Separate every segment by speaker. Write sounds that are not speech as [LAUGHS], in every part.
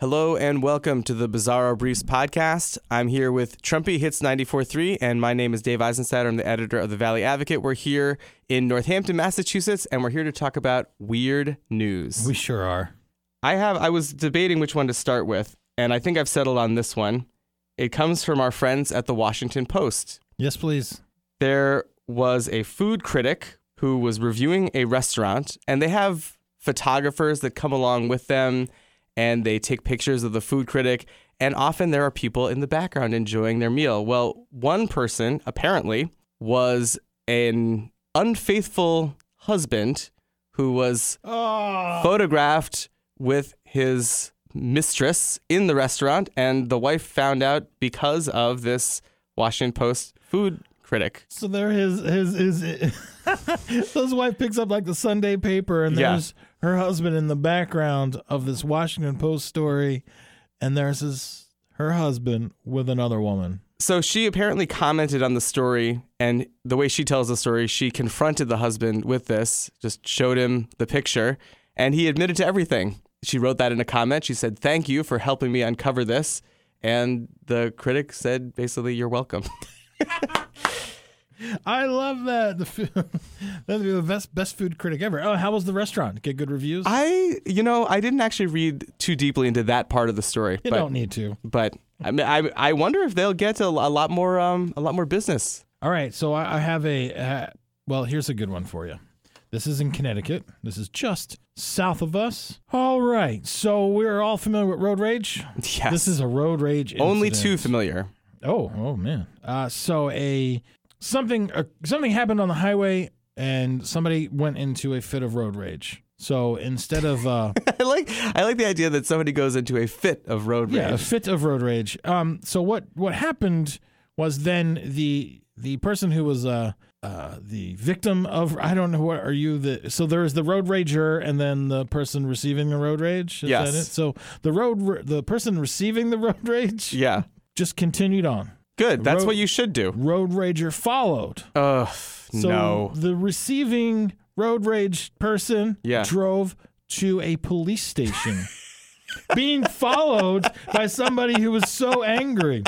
Speaker 1: Hello and welcome to the Bizarro Briefs podcast. I'm here with Trumpy Hits 94.3, and my name is Dave Eisenstadt. I'm the editor of the Valley Advocate. We're here in Northampton, Massachusetts, and we're here to talk about weird news.
Speaker 2: We sure are.
Speaker 1: I have I was debating which one to start with, and I think I've settled on this one. It comes from our friends at the Washington Post.
Speaker 2: Yes, please.
Speaker 1: There was a food critic who was reviewing a restaurant, and they have photographers that come along with them and they take pictures of the food critic. And often there are people in the background enjoying their meal. Well, one person apparently was an unfaithful husband who was
Speaker 2: Oh.
Speaker 1: photographed with his mistress in the restaurant, and the wife found out because of this Washington Post food critic.
Speaker 2: So there his his his [LAUGHS] his wife picks up like the Sunday paper and
Speaker 1: Yeah.
Speaker 2: there's her husband in the background of this Washington Post story and there's his her husband with another woman.
Speaker 1: So she apparently commented on the story, and the way she tells the story, she confronted the husband with this, just showed him the picture, and he admitted to everything. She wrote that in a comment. She said, Thank you for helping me uncover this. And the critic said, basically, you're
Speaker 2: [LAUGHS]
Speaker 1: welcome.
Speaker 2: I love that. The [LAUGHS] food, that'd be the best best food critic ever. Oh, how was the restaurant? Get good reviews?
Speaker 1: I, you know, I didn't actually read too deeply into that part of the story.
Speaker 2: you
Speaker 1: but
Speaker 2: don't need to.
Speaker 1: but I mean, I, I wonder if they'll get a, a lot more um a lot more business.
Speaker 2: All right, so I, I have a uh, well. Here's a good one for you. This is in Connecticut. This is just south of us. All right, so we're all familiar with road rage.
Speaker 1: Yes.
Speaker 2: This is a road rage.
Speaker 1: Only too
Speaker 2: incident.
Speaker 1: familiar. [LAUGHS]
Speaker 2: Oh, oh man. Uh, so a something uh, something happened on the highway, and somebody went into a fit of road rage. So instead of uh,
Speaker 1: I like I like the idea that somebody goes into a fit of road rage.
Speaker 2: Yeah, a fit of road rage. Um, so what what happened was then the the person who was uh, uh the victim of I don't know what are you the so there is the road rager and then the person receiving the road rage. Is
Speaker 1: Yes.
Speaker 2: That it? So the road the person receiving the [LAUGHS] road rage
Speaker 1: Yeah.
Speaker 2: just continued on.
Speaker 1: Good. That's
Speaker 2: Road-
Speaker 1: what you should do.
Speaker 2: Road rager followed.
Speaker 1: Ugh.
Speaker 2: So
Speaker 1: no.
Speaker 2: the receiving road rage person
Speaker 1: Yeah.
Speaker 2: drove to a police station [LAUGHS] being followed by somebody who was so angry.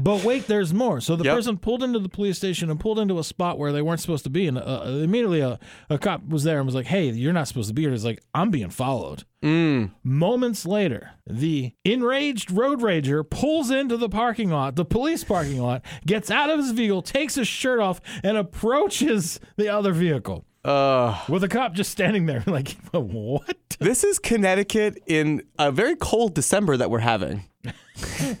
Speaker 2: But wait, there's more. So the
Speaker 1: Yep.
Speaker 2: person pulled into the police station and pulled into a spot where they weren't supposed to be. And uh, immediately a, a cop was there and was like, hey, you're not supposed to be here. He's like, I'm being followed.
Speaker 1: Mm.
Speaker 2: Moments later, the enraged road rager pulls into the parking lot, the police parking lot, gets out of his vehicle, takes his shirt off, and approaches the other vehicle
Speaker 1: Ugh.
Speaker 2: with a cop just standing there, [LAUGHS] like, what?
Speaker 1: [LAUGHS] This is Connecticut in a very cold December that we're having. [LAUGHS]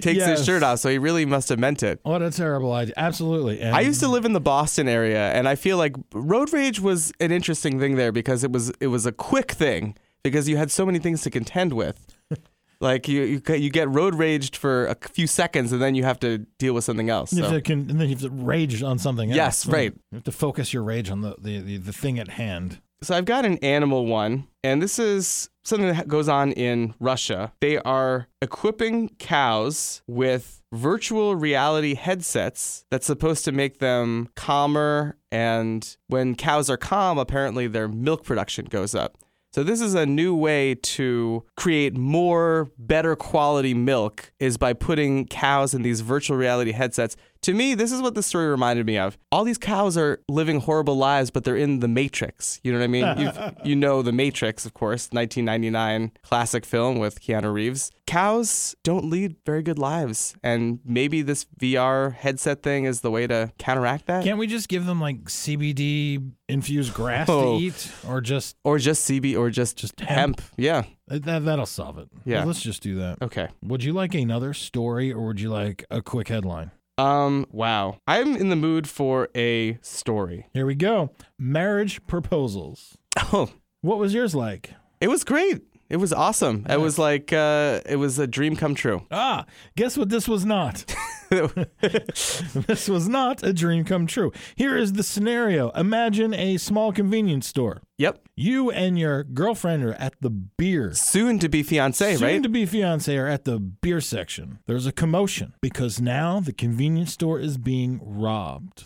Speaker 1: Takes
Speaker 2: Yes.
Speaker 1: his shirt off, so he really must have meant it.
Speaker 2: What a terrible idea. Absolutely. And
Speaker 1: I used to live in the Boston area, and I feel like road rage was an interesting thing there because it was it was a quick thing because you had so many things to contend with.
Speaker 2: [LAUGHS]
Speaker 1: Like you you, ca- you get road raged for a few seconds, and then you have to deal with something else.
Speaker 2: you have
Speaker 1: So.
Speaker 2: to con- and then you have to rage on something else.
Speaker 1: Yes, right.
Speaker 2: You have to focus your rage on the, the, the, the thing at hand.
Speaker 1: So I've got an animal one, and this is something that goes on in Russia. They are equipping cows with virtual reality headsets that's supposed to make them calmer. And when cows are calm, apparently their milk production goes up. So this is a new way to create more better quality milk is by putting cows in these virtual reality headsets. To me, this is what the story reminded me of. All these cows are living horrible lives, but they're in the Matrix. You know what I mean? You've, you know the Matrix, of course, 1999 classic film with Keanu Reeves. Cows don't lead very good lives, and maybe this VR headset thing is the way to counteract that,
Speaker 2: Can't we just give them like CBD infused grass
Speaker 1: Oh.
Speaker 2: to eat or just
Speaker 1: or just CB, or just
Speaker 2: Just
Speaker 1: hemp. Yeah.
Speaker 2: that, that'll solve it?
Speaker 1: Yeah.
Speaker 2: Let's just do that.
Speaker 1: Okay.
Speaker 2: Would you like another story or would you like a quick headline?
Speaker 1: Um, wow. I'm in the mood for a
Speaker 2: [LAUGHS]
Speaker 1: story.
Speaker 2: Here we go. Marriage proposals.
Speaker 1: Oh,
Speaker 2: What was yours like?
Speaker 1: it was great. It was awesome. It was like uh it was a dream come
Speaker 2: [LAUGHS]
Speaker 1: true.
Speaker 2: Ah, guess what this was not? [LAUGHS] this was not a dream come true. Here is the scenario Imagine a small convenience store.
Speaker 1: yep.
Speaker 2: You and your girlfriend are at the beer.
Speaker 1: Soon to be fiance,
Speaker 2: Soon
Speaker 1: right?
Speaker 2: to be fiance are at the beer section. There's a commotion because now the convenience store is being robbed.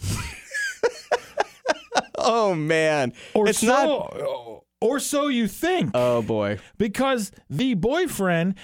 Speaker 1: oh man.
Speaker 2: Or
Speaker 1: it's
Speaker 2: so,
Speaker 1: not
Speaker 2: or so you think,
Speaker 1: Oh boy.
Speaker 2: because the boyfriend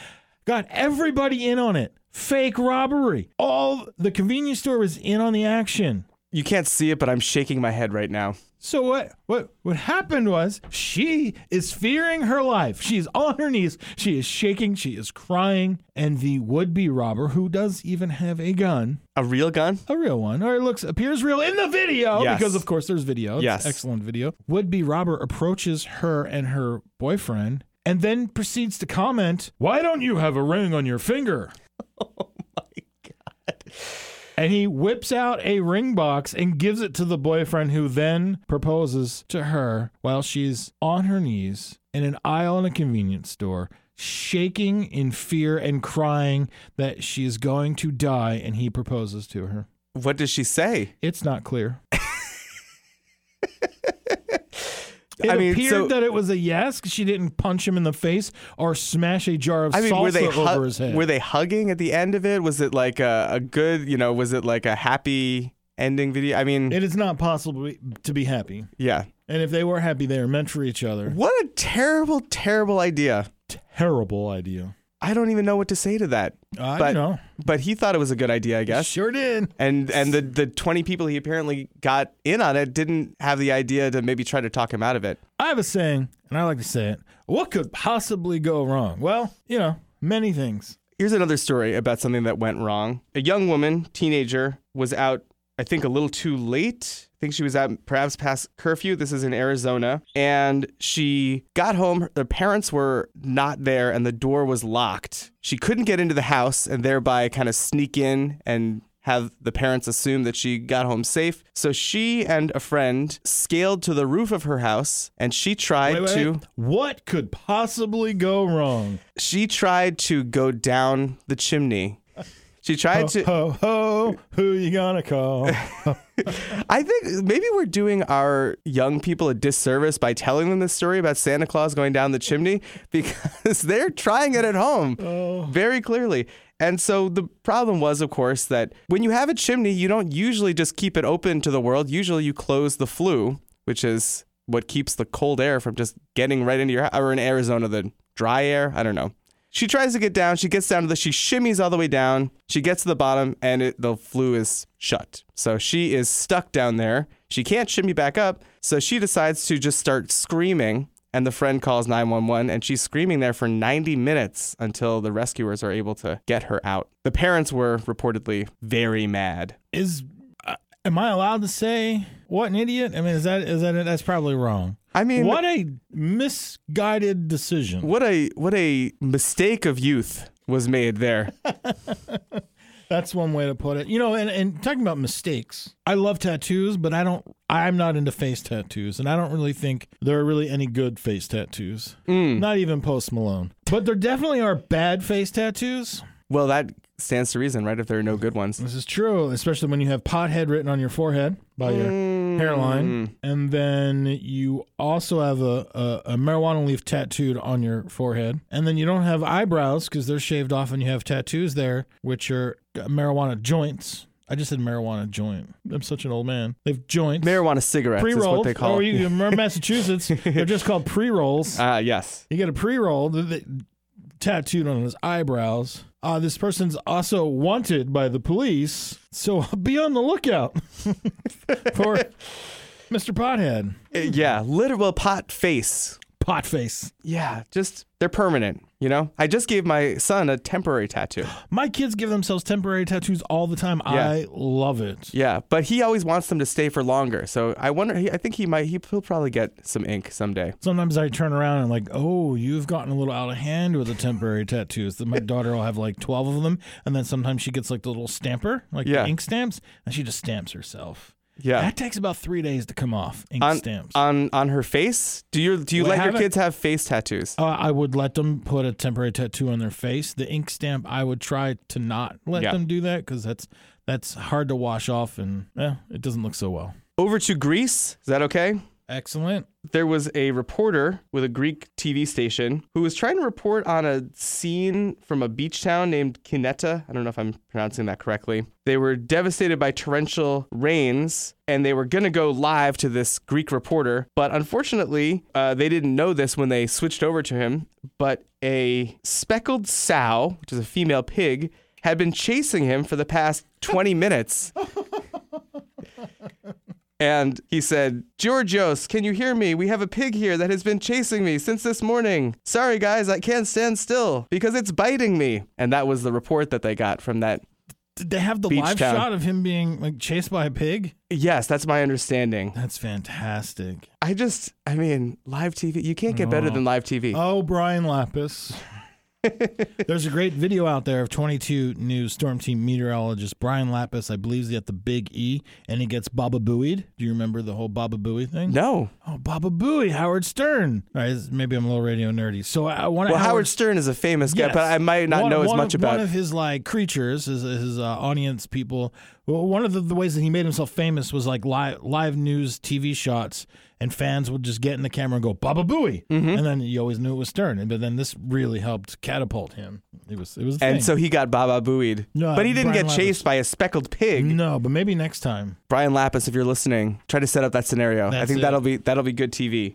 Speaker 2: got everybody in on it. Fake robbery. All the convenience store was in on the action.
Speaker 1: You can't see it, but I'm shaking my head right now.
Speaker 2: So what what what happened was she is fearing her life. She's on her knees. She is shaking, she is crying, and the would-be robber who does even have a gun,
Speaker 1: A real gun?
Speaker 2: a real one, or it looks appears real in the video
Speaker 1: Yes.
Speaker 2: because of course there's video. It's
Speaker 1: Yes.
Speaker 2: excellent video. Would-be robber approaches her and her boyfriend and then proceeds to comment, "Why don't you have a ring on
Speaker 1: [LAUGHS]
Speaker 2: your finger?"
Speaker 1: Oh
Speaker 2: And he whips out a ring box and gives it to the boyfriend, who then proposes to her while she's on her knees in an aisle in a convenience store, shaking in fear and crying that she is going to die. And he proposes to her.
Speaker 1: What does she say?
Speaker 2: It's not clear.
Speaker 1: [LAUGHS]
Speaker 2: It
Speaker 1: I mean,
Speaker 2: appeared
Speaker 1: so
Speaker 2: that it was a yes. 'cause She didn't punch him in the face or smash a jar of
Speaker 1: I mean,
Speaker 2: salsa
Speaker 1: were they
Speaker 2: over
Speaker 1: hu-
Speaker 2: his head.
Speaker 1: were they hugging at the end of it? Was it like a, a good, you know, was it like a happy ending video? I mean,
Speaker 2: it is not possible to be happy.
Speaker 1: yeah.
Speaker 2: And if they were happy, they were meant for each other.
Speaker 1: What a terrible, terrible idea.
Speaker 2: Terrible idea.
Speaker 1: I don't even know what to say to that.
Speaker 2: I
Speaker 1: But-
Speaker 2: know.
Speaker 1: But he thought it was a good idea, I guess.
Speaker 2: Sure did.
Speaker 1: And and the, the 20 people he apparently got in on it didn't have the idea to maybe try to talk him out of it.
Speaker 2: I have a saying, and I like to say it. What could possibly go wrong? Well, you know, many things.
Speaker 1: Here's another story about something that went wrong. A young woman, teenager, was out, I think, a little too late. I think she was out perhaps past curfew. This is in Arizona. And she got home. Her parents were not there and the door was locked. She couldn't get into the house and thereby kind of sneak in and have the parents assume that she got home safe. So she and a friend scaled to the roof of her house and she tried
Speaker 2: Wait, wait.
Speaker 1: to
Speaker 2: What could possibly go wrong?
Speaker 1: she tried to go down the chimney. She tried to.
Speaker 2: Ho ho, who you gonna
Speaker 1: [LAUGHS]
Speaker 2: call?
Speaker 1: I think maybe we're doing our young people a disservice by telling them this story about Santa Claus going down the chimney [LAUGHS] because they're trying it at home very clearly. And so the problem was, of course, that when you have a chimney, you don't usually just keep it open to the world. Usually you close the flue, which is what keeps the cold air from just getting right into your house. Or in Arizona, the dry air. I don't know. She tries to get down. She gets down to the. She shimmies all the way down. She gets to the bottom, and it, the flue is shut. So she is stuck down there. She can't shimmy back up. So she decides to just start screaming. And the friend calls 911, and she's screaming there for 90 minutes until the rescuers are able to get her out. The parents were reportedly very mad.
Speaker 2: Is uh, am I allowed to say what an idiot? I mean, is that is that that's probably wrong.
Speaker 1: I mean,
Speaker 2: What a misguided decision.
Speaker 1: what a what a mistake of youth was made there.
Speaker 2: That's one way to put it. You know, and, and talking about mistakes, I love tattoos, but I don't. I'm not into face tattoos, and I don't really think there are really any good face tattoos.
Speaker 1: Hmm.
Speaker 2: Not even Post Malone. But there definitely are bad face tattoos.
Speaker 1: Well, that stands to reason, right? If there are no good ones.
Speaker 2: This is true, especially when you have pothead written on your forehead by your
Speaker 1: Mm.
Speaker 2: hairline, and then you also have a, a, a marijuana leaf tattooed on your forehead, and then you don't have eyebrows because they're shaved off, and you have tattoos there, which are marijuana joints. I just said marijuana joint. I'm such an old man. They've joints.
Speaker 1: Marijuana cigarettes
Speaker 2: pre
Speaker 1: is what
Speaker 2: rolls.
Speaker 1: they call
Speaker 2: Or
Speaker 1: it.
Speaker 2: you in Massachusetts, they're just called pre rolls.
Speaker 1: Ah, yes.
Speaker 2: You get a pre-roll th- th- tattooed on his eyebrows. Uh, this person's also wanted by the police, so [LAUGHS] be on the lookout
Speaker 1: [LAUGHS]
Speaker 2: [LAUGHS] for Mr. Pothead,
Speaker 1: Uh, Yeah, literal pot face.
Speaker 2: Potface.
Speaker 1: Yeah, just they're permanent, you know? I just gave my son a temporary
Speaker 2: [GASPS]
Speaker 1: tattoo.
Speaker 2: My kids give themselves temporary tattoos all the time.
Speaker 1: Yeah.
Speaker 2: I love it.
Speaker 1: Yeah, but he always wants them to stay for longer. So I wonder he, I think he might he, he'll probably get some ink someday.
Speaker 2: Sometimes I turn around and like, oh, you've gotten a little out of hand with the temporary tattoos. Then my daughter will have like twelve of them, and then sometimes she gets like the little stamper, like
Speaker 1: Yeah.
Speaker 2: the ink stamps, and she just stamps herself.
Speaker 1: Yeah.
Speaker 2: That takes about three days to come off. Ink stamps.
Speaker 1: on on her face? Do you do you
Speaker 2: Wait,
Speaker 1: let your
Speaker 2: haven't-
Speaker 1: kids have face tattoos?
Speaker 2: Uh, I would let them put a temporary tattoo on their face. The ink stamp, I would try to not let
Speaker 1: Yeah.
Speaker 2: them do that because that's that's hard to wash off and eh, it doesn't look so well.
Speaker 1: Over to Greece. Is that okay?
Speaker 2: Excellent.
Speaker 1: there was a reporter with a Greek TV station who was trying to report on a scene from a beach town named Kineta. I don't know if I'm pronouncing that correctly. They were devastated by torrential rains and they were going to go live to this Greek reporter. But unfortunately, uh, they didn't know this when they switched over to him. But a speckled sow, which is a female pig, had been chasing him for the past 20 minutes. And he said, Georgios, can you hear me? We have a pig here that has been chasing me since this morning. Sorry, guys, I can't stand still because it's biting me. And that was the report that they got from that.
Speaker 2: Did they have the
Speaker 1: Beach
Speaker 2: live
Speaker 1: town.
Speaker 2: shot of him being like chased by a pig?
Speaker 1: Yes, that's my understanding.
Speaker 2: That's fantastic.
Speaker 1: I just, I mean, live TV, you can't get better than live TV.
Speaker 2: Oh,
Speaker 1: [LAUGHS]
Speaker 2: Brian Lapis. There's a great video out there of 22 News Storm Team meteorologist Brian Lapis, I believe, is at the Big E, and he gets Baba Booeyed. Do you remember the whole Baba Booey thing?
Speaker 1: No.
Speaker 2: Oh, Baba Booey, Howard Stern. All right, this- maybe I'm a little radio nerdy. So uh, I, I want to.
Speaker 1: Well, Howard, Stern is a famous guy,
Speaker 2: Yes.
Speaker 1: but I might not
Speaker 2: One-
Speaker 1: know as
Speaker 2: one
Speaker 1: much
Speaker 2: of-
Speaker 1: about
Speaker 2: one of his like creatures, his, his uh, audience people. Well, one of the, the ways that he made himself famous was like live live news TV shots, and fans would just get in the camera and go "Baba Booey,"
Speaker 1: Mm-hmm.
Speaker 2: and then you always knew it was Stern. And- But then this really helped catapult him. It was it was. the
Speaker 1: And
Speaker 2: thing.
Speaker 1: so he got Baba Booeyed.
Speaker 2: No,
Speaker 1: but he didn't
Speaker 2: Brian
Speaker 1: get
Speaker 2: Lapis. Mm-hmm.
Speaker 1: chased by a speckled pig.
Speaker 2: no, but maybe next time.
Speaker 1: Brian Lapis, if you're listening, try to set up that scenario. I
Speaker 2: That's
Speaker 1: think
Speaker 2: it.
Speaker 1: that'll be that'll be good TV.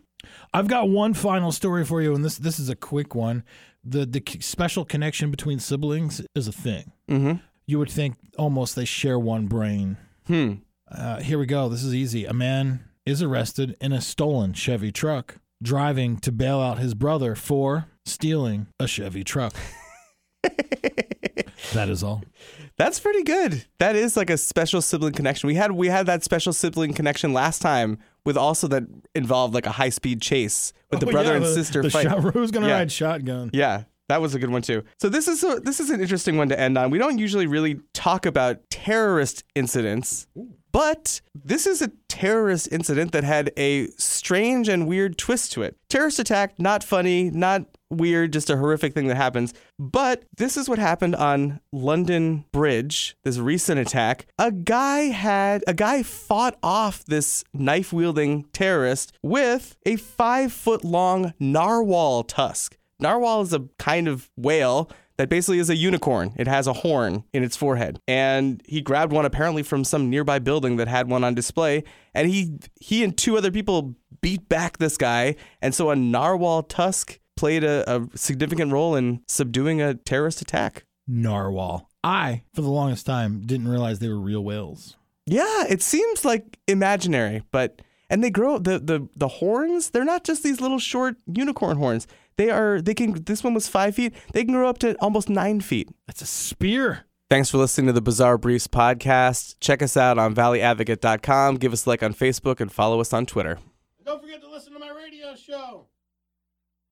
Speaker 2: I've got one final story for you, and this this is a quick one. The the c- special connection between siblings is a thing.
Speaker 1: Mhm.
Speaker 2: You would think almost they share one brain.
Speaker 1: Hmm.
Speaker 2: Uh, here we go. This is easy. A man is arrested in a stolen Chevy truck, driving to bail out his brother for stealing a
Speaker 1: [LAUGHS]
Speaker 2: Chevy truck. that is all.
Speaker 1: That's pretty good. That is like a special sibling connection. We had we had that special sibling connection last time with also that involved like a high speed chase with the
Speaker 2: Oh,
Speaker 1: brother
Speaker 2: yeah,
Speaker 1: and
Speaker 2: the-
Speaker 1: sister
Speaker 2: the
Speaker 1: fight.
Speaker 2: shot- who's going to
Speaker 1: Yeah.
Speaker 2: ride shotgun?
Speaker 1: Yeah, that was a good one too. So this is a, this is an interesting one to end on. We don't usually really talk about terrorist incidents, but this is a terrorist incident that had a strange and weird twist to it. Terrorist attack, not funny, not weird, just a horrific thing that happens. But this is what happened on London Bridge, this recent attack. A guy had a guy fought off this knife-wielding terrorist with a 5-foot-long narwhal tusk. Narwhal is a kind of whale that basically is a unicorn. It has a horn in its forehead. And he grabbed one apparently from some nearby building that had one on display. And he he and two other people beat back this guy. And so a narwhal tusk played a, a significant role in subduing a terrorist attack.
Speaker 2: Narwhal. I, for the longest time, didn't realize they were real whales.
Speaker 1: Yeah, it seems like imaginary, but and they grow the the the horns. They're not just these little short unicorn horns. They are they can. This one was five feet. They can grow up to almost nine feet.
Speaker 2: That's a spear.
Speaker 1: Thanks for listening to the Bizarre Briefs podcast. Check us out on valleyadvocate.com. Give us a like on Facebook and follow us on Twitter.
Speaker 2: Don't forget to listen to my radio show.